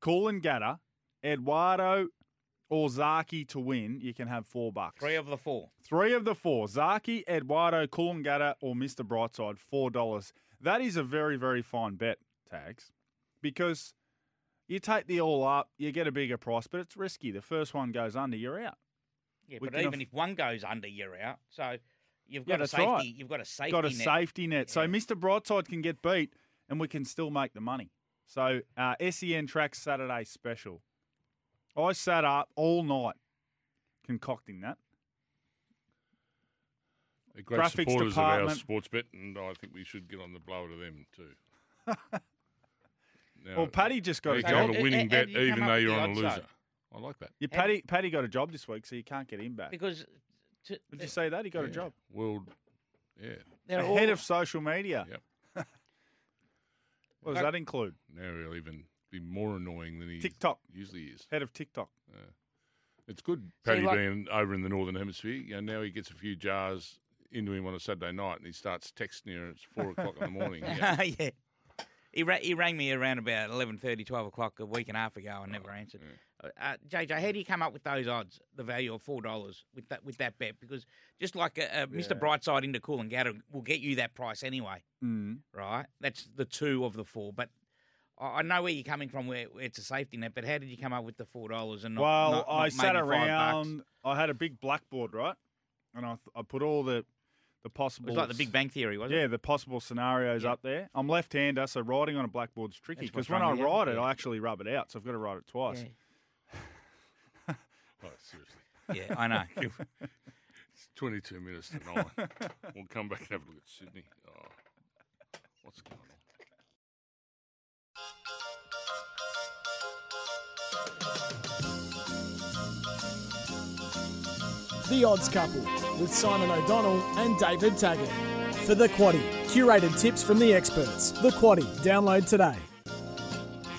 D: Cool Gatter, Eduardo, or Zaki to win, you can have four bucks.
C: Three of the four.
D: Three of the four, Zaki, Eduardo, Coolangatta, or Mr. Brightside, $4. That is a very, very fine bet, Tags, because you take the all up, you get a bigger price, but it's risky. The first one goes under, you're out.
C: Yeah,
D: We
C: but
D: can
C: even
D: aff-
C: if one goes under, you're out. So you've
D: Yeah,
C: got a
D: that's
C: safety.
D: right.
C: You've got a safety.
D: Got a
C: net.
D: safety net. So
C: Yeah.
D: Mr. Brightside can get beat, and we can still make the money. So uh, SEN Track Saturday special. I sat up all night concocting that.
B: They're great
D: Graphics
B: supporters of our
D: department.
B: sports bet, and I think we should get on the blower to them too. now,
D: [laughs] Well, Paddy just got
B: you
D: a
B: can have
D: job.
C: Hey,
B: a winning
C: hey,
B: bet
C: have you come
B: even
C: up
B: though
C: with
B: you're
C: the
B: on a
C: odds,
B: loser.
C: though?
B: I like that.
D: Yeah, Paddy, Paddy got a job this week, so you can't get him back.
C: Because to,
D: Did you see that? He got a job.
B: World, yeah.
C: they're
D: Ahead
C: all-
D: of social media.
B: Yep.
D: [laughs] What does that include?
B: Now he'll even be more annoying than he
D: TikTok.
B: usually is.
D: Head of TikTok.
B: It's good, Paddy
C: like-
B: being over in the Northern Hemisphere. You know, now he gets a few jars into him on a Saturday night, and he starts texting her. It's four o'clock in the
C: [laughs]
B: morning.
D: [laughs]
B: Yeah.
C: yeah. He, ra- he rang me around about 11.30, 12 o'clock a week and a half ago. I never
D: Oh,
C: answered. Uh, JJ, how do you come up with those odds, the value of $4 with that with that bet? Because just like uh, uh, Mr. Brightside into Cool and Gatter will get you that price anyway,
D: Mm.
C: right? That's the two of the four. But I, I know where you're coming from, where it's a safety net, but how did you come up with the $4 and not,
D: well,
C: not- not
D: I
C: maybe
D: sat
C: five bucks?
D: around. I had a big blackboard, right? And I, th- I put all the the
C: It
D: possible.
C: was like the Big Bang Theory, wasn't
D: Yeah,
C: it?
D: the possible scenarios
C: Yeah.
D: up there. I'm left-hander, so writing on a blackboard's tricky
C: That's what's
D: because when
C: wrong
D: I
C: with you.
D: write it,
C: Yeah.
D: I actually rub it out, so I've got to write it twice.
B: Oh, seriously.
C: Yeah, I
D: [laughs]
C: know.
B: It's 22 minutes to nine. we'll come back and have a look at Sydney. Oh, what's going on?
A: The Odds Couple with Simon O'Donnell and David Taggart. For The Quaddy, curated tips from the experts. The Quaddy, download today.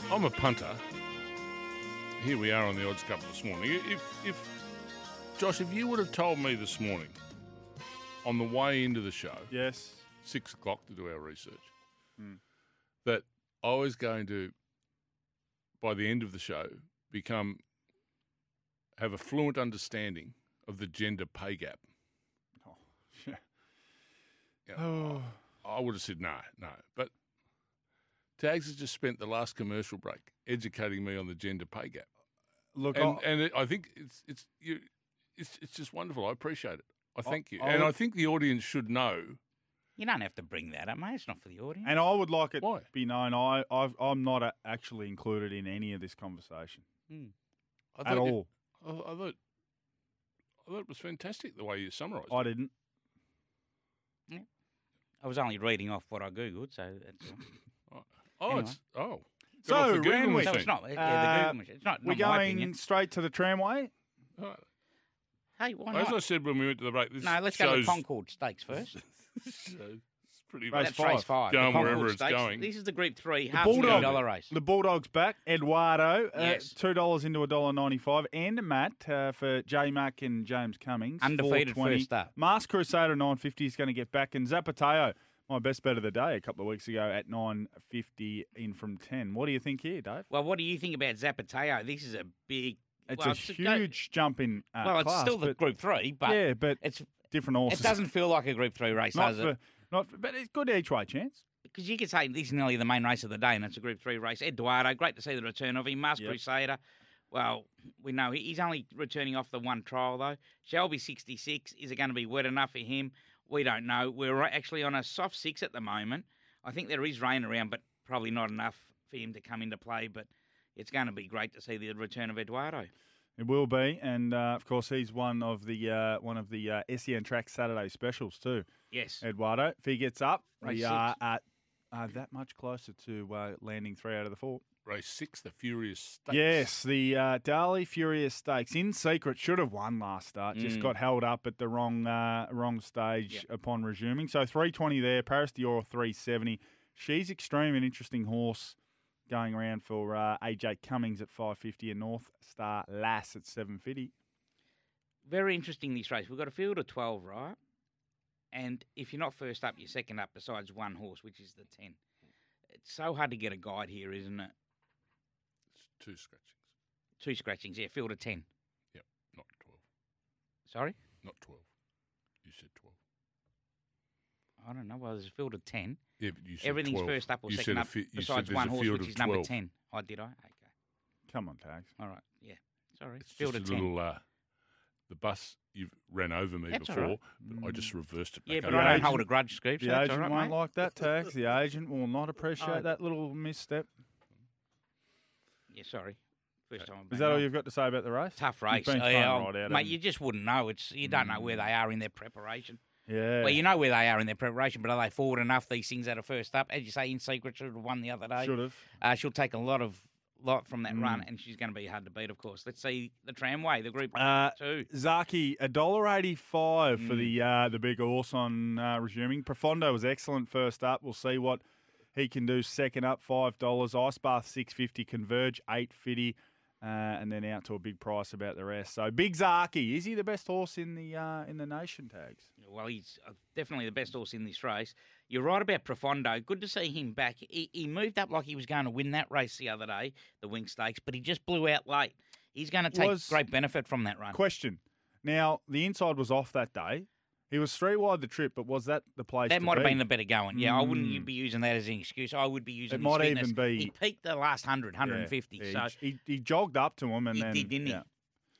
B: I'm a punter, here we are on the odds couple this morning. If, if Josh, if you would have told me this morning on the way into the show,
C: [sighs]
D: Yes.
B: six o'clock to do our research,
D: Hmm.
B: that I was going to, by the end of the show, become have a fluent understanding of the gender pay gap.
D: Oh, yeah.
B: Yeah.
D: Oh,
B: I would have said no, no. But Tags has just spent the last commercial break educating me on the gender pay gap,
D: look,
B: and
D: I-
B: and it, I think it's it's you, it's it's just wonderful. I appreciate it. I thank you,
D: I
B: and
D: would-
B: I think the audience should know.
C: You don't have to bring that up, mate. It's not for the audience.
D: and I would like it
B: Why?
D: be known. I I've, I'm not a, actually included in any of this conversation
C: Hmm.
B: I
D: at
B: thought you-
D: all.
B: I, I thought I thought it was fantastic the way you summarised.
D: I
B: it.
D: didn't.
C: I was only reading off what I googled, so
D: [laughs]
C: that's all.
B: Oh,
C: Anyway.
B: it's oh. Got
D: So,
B: off the Google
D: Randwick.
C: so
B: machine.
C: it's [laughs] not. yeah, the
D: Uh,
C: Google machine. It's not.
D: We're
C: not my
D: going
C: opinion.
D: straight to the tramway.
B: All right.
C: Hey, why
B: As I
C: not?
B: said when we went to the break, this
C: No, let's go to
B: shows,
C: the Concord Stakes first.
B: shows pretty
D: Race
B: much
C: That's race five. the
B: Going
C: Concord
B: wherever it's
C: Stakes.
B: going.
C: This is the Group Three
D: The
C: half million
D: Bulldog.
C: dollar race.
D: The Bulldogs back. Eduardo, uh,
C: Yes.
D: two dollars into a dollar ninety-five, and Matt uh, for J Mac and James Cummings.
C: Undefeated
D: 420.
C: first up.
D: Mask Crusader nine fifty is going to get back, and Zapateo, my best bet of the day a couple of weeks ago at nine fifty in from ten. What do you think here, Dave?
C: Well, what do you think about Zapateo? This is a big.
D: It's
C: well,
D: a
C: go-
D: huge jump in. Uh,
C: well, it's
D: class,
C: still the
D: but-
C: Group Three, but
D: yeah, but
C: it's
D: different horses.
C: it doesn't feel like a Group Three race,
D: Not
C: does
D: for,
C: it?
D: not for, but it's good each way chance.
C: Because you could say this is nearly the main race of the day, and it's a Group Three race. Eduardo, great to see the return of him. Mask
D: Yep.
C: Crusader. Well, we know he- he's only returning off the one trial though. Shelby 66 is it going to be wet enough for him? We don't know. We're ri- actually on a soft six at the moment. I think there is rain around, but probably not enough for him to come into play. But it's going to be great to see the return of Eduardo.
D: It will be, and uh, of course he's one of the uh, one of the uh, SEN Track Saturday specials too.
C: Yes.
D: Eduardo, if he gets up,
C: Race
D: we
C: six.
D: are at uh, that much closer to uh, landing three out of the four.
B: Race six, the Furious Stakes.
D: Yes, the uh, Daly Furious Stakes in secret should have won last start, just
C: Mm.
D: got held up at the wrong uh, wrong stage
C: Yep.
D: upon resuming. So three twenty there, Paris Dior three seventy. She's extreme, an interesting horse going around for uh, AJ Cummings at five fifty and North Star Lass at seven fifty.
C: Very interesting this race. We've got a field of 12, right? And if you're not first up, you're second up besides one horse, which is the 10. It's so hard to get a guide here, isn't it?
B: It's Two scratchings,
C: Two scratchings, yeah, field of 10.
B: not 12.
C: Sorry?
B: Not 12. You said 12.
C: I don't know. Well, there's a field of 10.
B: Yeah, but you said
C: Everything's
B: 12.
C: first up or
B: You said
C: second
B: a
C: up
B: fi- you said
C: besides
B: there's
C: one
B: a
C: horse,
B: field
C: which
B: of
C: is number
B: 12.
C: 10. I did I? Okay.
D: Come on, Tags.
C: All right. Yeah. Sorry.
B: It's
C: field of
B: just a
C: 10.
B: little, uh, the bus, you ran over me
C: That's all
B: before,
C: right. Mm.
B: but I just reversed it back
C: yeah, but
B: over
C: I
D: The
C: don't
B: you.
D: agent-
C: hold a grudge, Scoop. So
D: the
C: that's
D: agent
C: all right,
D: won't
C: mate.
D: like that, Tags. The agent will not appreciate
C: Oh.
D: that little misstep.
C: Yeah, sorry. First time I've
D: Is
C: been
D: that all
C: wrong.
D: you've got to say about the race?
C: Tough race.
D: You've been
C: Oh,
D: thrown
C: yeah,
D: right out,
C: mate,
D: haven't
C: you just wouldn't know. It's You don't know where
B: Hmm.
C: they are in their preparation.
D: you? yeah.
C: Well, you know where they are in their preparation, but are they forward enough? These things that are first up, as you say, in secret should have won the other day.
D: should have.
C: Uh, she'll take a lot of lot from that
D: Mm.
C: run, and she's going to be hard to beat, of course. Let's see the tramway, the group
D: Uh,
C: two.
D: Zaki, a dollar eighty-five for the
C: Mm.
D: uh, the big horse on uh, resuming. Profondo was excellent first up. We'll see what he can do second up. Five dollars. Ice Bath six fifty. Converge eight fifty, uh, and then out to a big price about the rest. So big Zaki, is he the best horse in the uh, in the nation tags?
C: Well, he's uh, definitely the best horse in this race. You're right about Profondo. Good to see him back. He, he moved up like he was going to win that race the other day, the Wing Stakes, but he just blew out late. He's going to take
D: Was-
C: great benefit from that run.
D: Question. Now the inside was off that day. He was three wide the trip, but was that the place?
C: That
D: to
C: might have
D: be?
C: been the better going. Yeah, I wouldn't
D: Mm.
C: be using that as an excuse. I would be using
D: It
C: his
D: might
C: fitness.
D: even be-
C: He peaked the last 100,
D: Yeah,
C: 150.
D: yeah,
C: so
D: he, he jogged up to him, and
C: he
D: then
C: did, didn't
D: yeah.
C: he?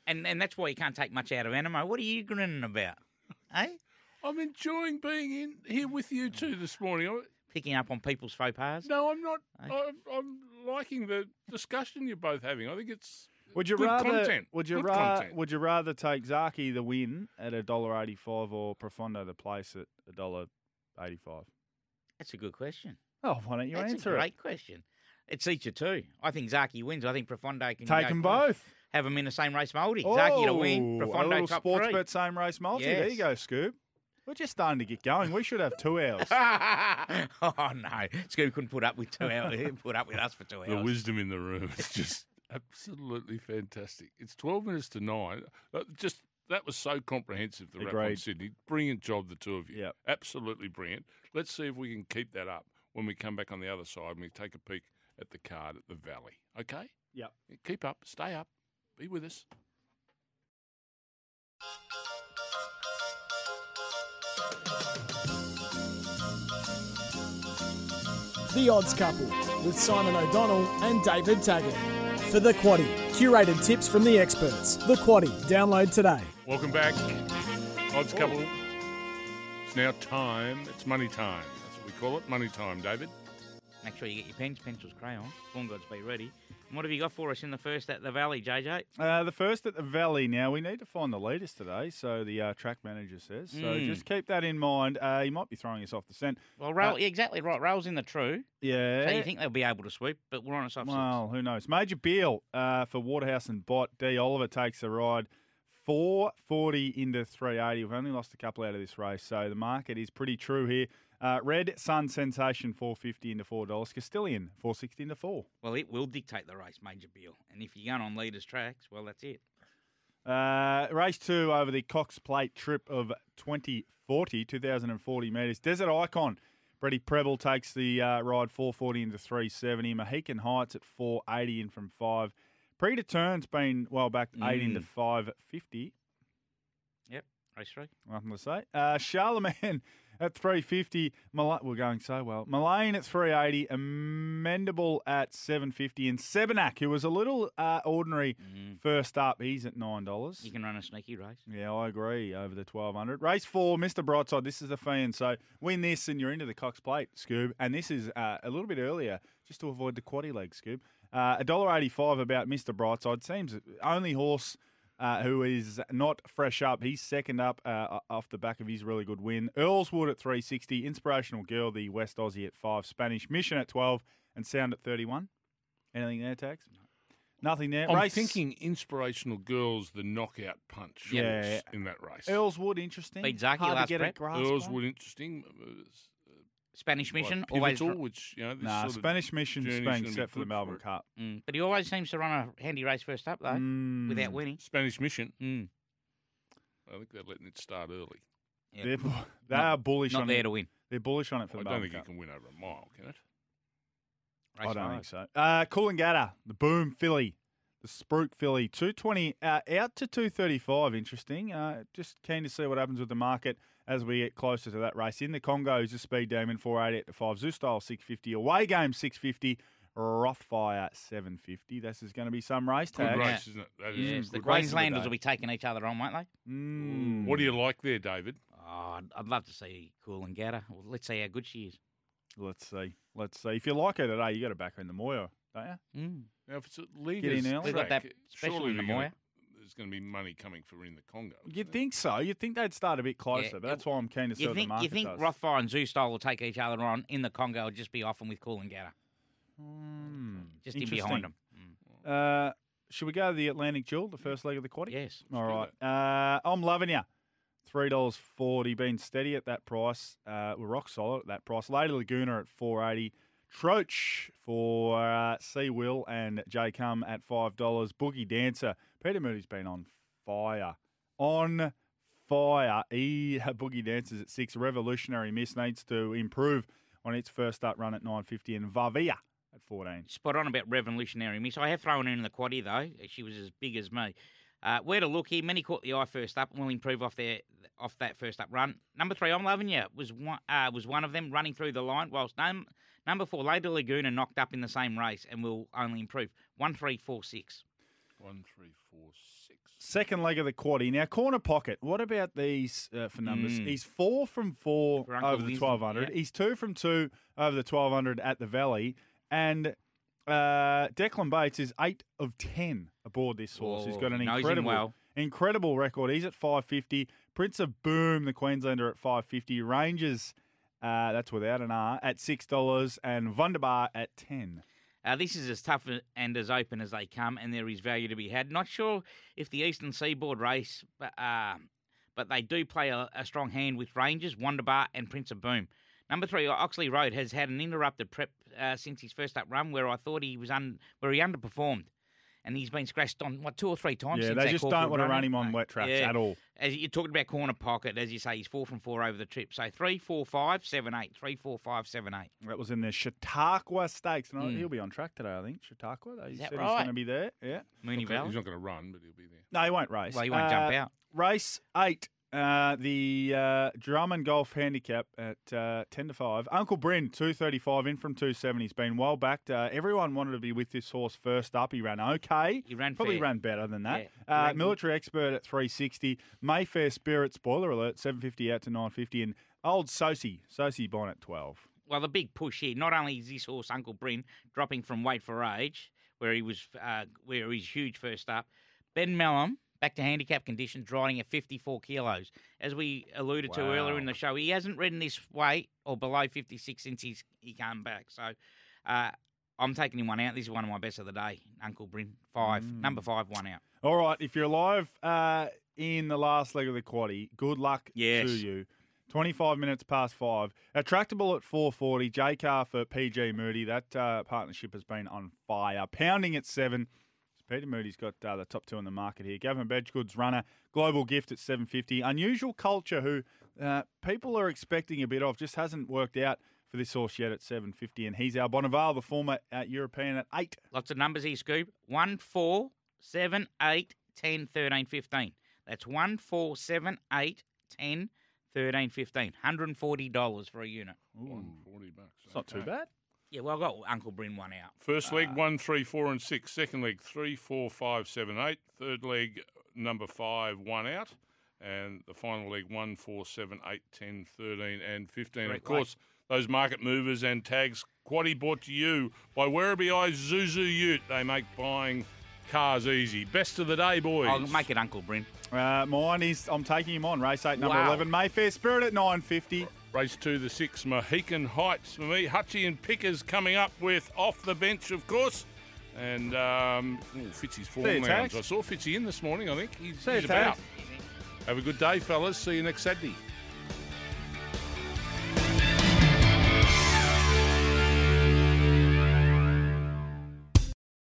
C: And and that's why you can't take much out of Animo. What are you grinning about? [laughs] eh?
B: I'm enjoying being in here with
C: Mm.
B: you two this morning. I,
C: Picking up on people's faux pas.
B: no, I'm not.
C: I-
B: I'm, I'm liking the discussion you're both having. I think it's
D: Would you
B: good
D: rather?
B: content.
D: Would you
B: Good
D: rather?
B: content.
D: Would you rather take Zaki the win at a dollar eighty-five or Profondo the place at a dollar eighty-five?
C: That's a good question.
D: Oh, why don't you
C: that's
D: answer
C: a
D: it?
C: great question. It's each of two. I think Zaki wins. I think Profondo can
D: Take
C: go first.
D: them both.
C: Have them in the same race, Moldy. Zaki to win.
D: Oh, a
C: Profondo
D: little
C: top
D: sports
C: three. [laughs]
D: bet same race multi. There you
C: Yes.
D: go, Scoop. We're just starting to get going. We should
C: [laughs]
D: have two hours.
C: oh no, Scooby couldn't put up with two hours. [laughs] Put up with us for two hours.
D: [laughs]
B: the wisdom in the room. It's just Absolutely fantastic. It's 12 minutes to nine. Uh, Just that was so comprehensive, the wrap on
D: Agreed.
B: Sydney. Brilliant job, the two of you.
D: Yep.
B: Absolutely brilliant. Let's see if we can keep that up when we come back on the other side and we take a peek at the card at the Valley. Okay?
D: Yep.
B: Keep up, stay up, be with us.
A: The Odds Couple with Simon O'Donnell and David Taggart. For The Quaddy, curated tips from the experts. The Quaddy, download today.
B: Welcome back, odds couple. It's now time. It's money time. That's what we call it, money time, David.
C: Make sure you get your pens, pencils, crayons. Born gods be ready. And what have you got for us in the first at the Valley, JJ?
D: Uh, the first at the Valley. Now we need to find the leaders today, so the uh, track manager says. So
C: Mm.
D: just keep that in mind. Uh, you might be throwing us off the scent.
C: Well, Rail,
D: Uh,
C: yeah, exactly right. Rail's in the true.
D: Yeah.
C: So you think they'll be able to sweep, but we're on a soft six.
D: Well, who knows? Major Beal uh, for Waterhouse and Bot. D Oliver takes a ride. 440 into 380. We've only lost a couple out of this race, so the market is pretty true here. Uh, Red Sun Sensation 450 into $4. Castilian 460 into 4.
C: Well, it will dictate the race, Major Beale. And if you're going on leaders' tracks, well, that's it.
D: Uh, race two over the Cox Plate trip of 2040, 2040 metres. Desert Icon. Brady Preble takes the uh, ride 440 into 370. Mohican Heights at 480 in from 5. Predetermined's been well back 8 into
C: Mm.
D: 550.
C: Yep, race three.
D: Nothing to say. Uh, Charlemagne [laughs] at 350. Mal- we're going so well. Mullane at 380. Amendable at 750. And Sebenak, who was a little uh, ordinary first up, he's at $9.
C: You can run a sneaky race.
D: Yeah, I agree. Over the twelve hundred, race four, Mister Brightside. This is the fan, so win this and you're into the Cox Plate, Scoob. And this is uh, a little bit earlier, just to avoid the quaddy leg, Scoob. Uh, A dollar eighty-five about Mister Brightside seems only horse uh, who is not fresh up. He's second up uh, off the back of his really good win. Earlswood at three sixty, Inspirational Girl, the West Aussie at five, Spanish Mission at twelve, and Sound at thirty-one. Anything there, Tags? Nothing there.
B: I'm
D: race
B: thinking inspirational girls, the knockout punch
D: Yeah.
B: was
D: Yeah.
B: in that race.
D: Earlswood, interesting.
C: Beat Zaki
D: Hard to
C: last
D: get a
C: prep.
D: grasp
B: Earls
D: on.
B: were interesting. uh, s-
C: Spanish
B: like
C: mission, always.
B: pivotal, which you know, this
D: Nah,
B: sort of
D: Spanish mission's
B: journey's gonna
D: being
B: be
D: set for the
B: good
D: Melbourne
B: it.
D: Cup.
C: Mm. But he always seems to run a handy race first up, though,
D: Mm.
C: without winning.
B: Spanish mission.
C: Mm.
B: I think they're letting it start early.
C: Yeah.
D: They're, bu- they
C: Not-
D: are bullish
C: Not
D: on
C: there
D: it.
C: to win.
D: They're bullish on it for
B: I
D: the
B: don't
D: Melbourne
B: think you
D: Cup.
B: can win over a mile, can it?
C: Race
D: I don't
C: five.
D: think so. Uh, Coolangatta, the Boom filly, the Spruik filly, 220 uh, out to 235. Interesting. Uh, just keen to see what happens with the market as we get closer to that race. In the Congo is a Speed Demon, 480 to 5. Zoostyle, 650. Away game, 650. Rothfire, 750. This is going to be some race
B: Good
D: tag.
C: Yeah.
B: race, isn't it? That is-
C: Yes, the
D: good Mm. race of the
C: Queenslanders
D: day.
C: will be taking each other on, won't they?
D: Mm.
B: What do you like there, David?
C: Oh, I'd, I'd love to see Cool and Gatter. Well, let's see how good she is.
D: Let's see. Let's see. If you like her today, you got to back her in the Moya, don't you?
C: Mm.
B: Now, if it's a leaders
D: in early.
B: track,
C: got
D: We've
C: that special
B: surely
C: in the
B: they're gonna-
C: Moya.
B: there's going to be money coming for in the Congo.
D: You'd think so. You'd think they'd start a bit closer. but
C: it-
D: that's why I'm keen to see
C: uh, You
D: what the
C: think
D: market
C: you think
D: does.
C: Rothfire and Zoo Style will take each other on in the Congo? Or just be off 'em with Cool and Gatter,
D: Hmm,
C: just in behind them.
D: interesting. Uh, should we go to the Atlantic Jewel, the first leg of the quaddy?
C: Yes.
D: All
B: do
D: right. Uh, I'm loving you. Three dollars forty. Been steady at that price. Uh, we're rock solid at that price. Lady Laguna at four eighty. Troach for uh, C Will and J Cum at five dollars. Boogie Dancer. Peter Moody's been on fire. On fire. E [laughs] Boogie Dancers at six. Revolutionary Miss needs to improve on its first start run at nine fifty. And Vavia at fourteen.
C: Spot on about revolutionary miss. I have thrown her in the quaddy though. She was as big as me. Uh, where to look here? Many caught the eye first up and will improve off their off that first up run. Number three, I'm loving you was one uh, was one of them running through the line. Whilst num- number four, Lady Laguna knocked up in the same race and will only improve. One, three, four, six.
B: One, three, four, six.
D: Second leg of the quaddy. Now, corner pocket. What about these uh, for numbers?
C: Mm.
D: He's four from four
C: For Uncle
D: over the
C: Lindsay,
D: 1200.
C: yeah.
D: He's two from two over the 1200 at the Valley. And uh, Declan Bates is eight of 10 aboard this horse. He's
C: Whoa,
D: got an
C: knows him
D: incredible,
C: well.
D: incredible record. He's at 550. Prince of Boom, the Queenslander, at 550. Rangers, uh, that's without an R, at $6. And Wunderbar at 10
C: Uh, this is as tough a- and as open as they come, and there is value to be had. Not sure if the Eastern Seaboard race, but uh, but they do play a, a strong hand with Rangers, Wonderbar, and Prince of Boom. Number three, Oxley Road has had an interrupted prep uh, since his first up run, where I thought he was un- where he underperformed. and he's been scratched on what two or three times.
D: Yeah,
C: since
D: they
C: that
D: just
C: Caulfield
D: don't want to run
C: in.
D: him on
C: No.
D: wet traps
C: Yeah.
D: at all.
C: As you're talking about corner pocket, as you say, he's four from four over the trip. So three, four, five, seven, eight. Three, four, five, seven, eight.
D: That was in the Chautauqua Stakes, and I he'll be on track today. I think Chautauqua. They
C: Hmm. Is
D: said
C: that
D: he's going to
C: right?
D: be there. Yeah.
C: Mooney
B: He's not
C: Valley.
B: going to run, but he'll be there.
D: No, he won't race.
C: Well, he won't jump
D: Uh,
C: out.
D: Race eight, uh, the uh, Drummond Golf Handicap at uh, ten to five. Uncle Bryn two thirty five in from two seventy. He's been well backed. Uh, everyone wanted to be with this horse first up. He ran okay.
C: He ran
D: probably
C: fair.
D: ran better than that.
C: Yeah, he
D: uh,
C: ran good.
D: military expert at three sixty. Mayfair Spirit spoiler alert seven fifty out to nine fifty and old Sosie Sosie Bonnet twelve.
C: Well, the big push here. Not only is this horse Uncle Bryn dropping from weight for age, where he was, uh, where he's huge first up. Ben Mellum back to handicap conditions, riding at 54 kilos. As we alluded to earlier in the show, he hasn't ridden this weight or below 56 since he's he came back. So. Uh, I'm taking him one out. This is one of my best of the day, Uncle Bryn. Five, number five, one out.
D: All right, if you're alive uh, in the last leg of the quaddy, good luck
C: Yes.
D: to you. 25 minutes past five. Attractable at 440. J Car for PG Moody. That uh, partnership has been on fire. Pounding at seven. Peter Moody's got uh, the top two in the market here. Gavin Bedgood's runner, Global Gift at 750. Unusual Culture, who uh, people are expecting a bit of, just hasn't worked out for this horse yet at 750. And he's our Bonnevale, the former uh, European at eight.
C: Lots of numbers here, Scoop. 1, 4, 7, 8, 10, 13, 15. That's 1, 4, 7, 8, 10, 13, 15. $140 for a unit.
B: Forty bucks.
D: It's not too
B: okay.
D: bad.
C: Yeah, well, I got Uncle Bryn one out.
B: First
C: Ah.
B: leg one, three, four, and six. Second leg three, four, five, seven, eight. Third leg number five, one out, and the final leg one, four, seven, eight, ten, thirteen, and fifteen.
C: Great
B: of course, those market movers and tags. Quaddy brought to you by Werribee Eyes Zuzu Ute. They make buying cars easy. Best of the day, boys.
C: I'll make it Uncle Bryn.
D: Uh, mine is I'm taking him on race eight, number
C: Wow.
D: eleven, Mayfair Spirit at nine fifty.
B: Race two, the six, Mohican Heights for me. Hutchie and Pickers coming up with off the bench, of course. And um, ooh, Fitzy's form
D: See you,
B: lounge.
D: Tags.
B: I saw Fitzy in this morning, I think. He's,
D: See you,
B: he's about.
D: Tags.
B: Have a good day, fellas. See you next Saturday.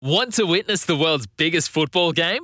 G: Want to witness the world's biggest football game?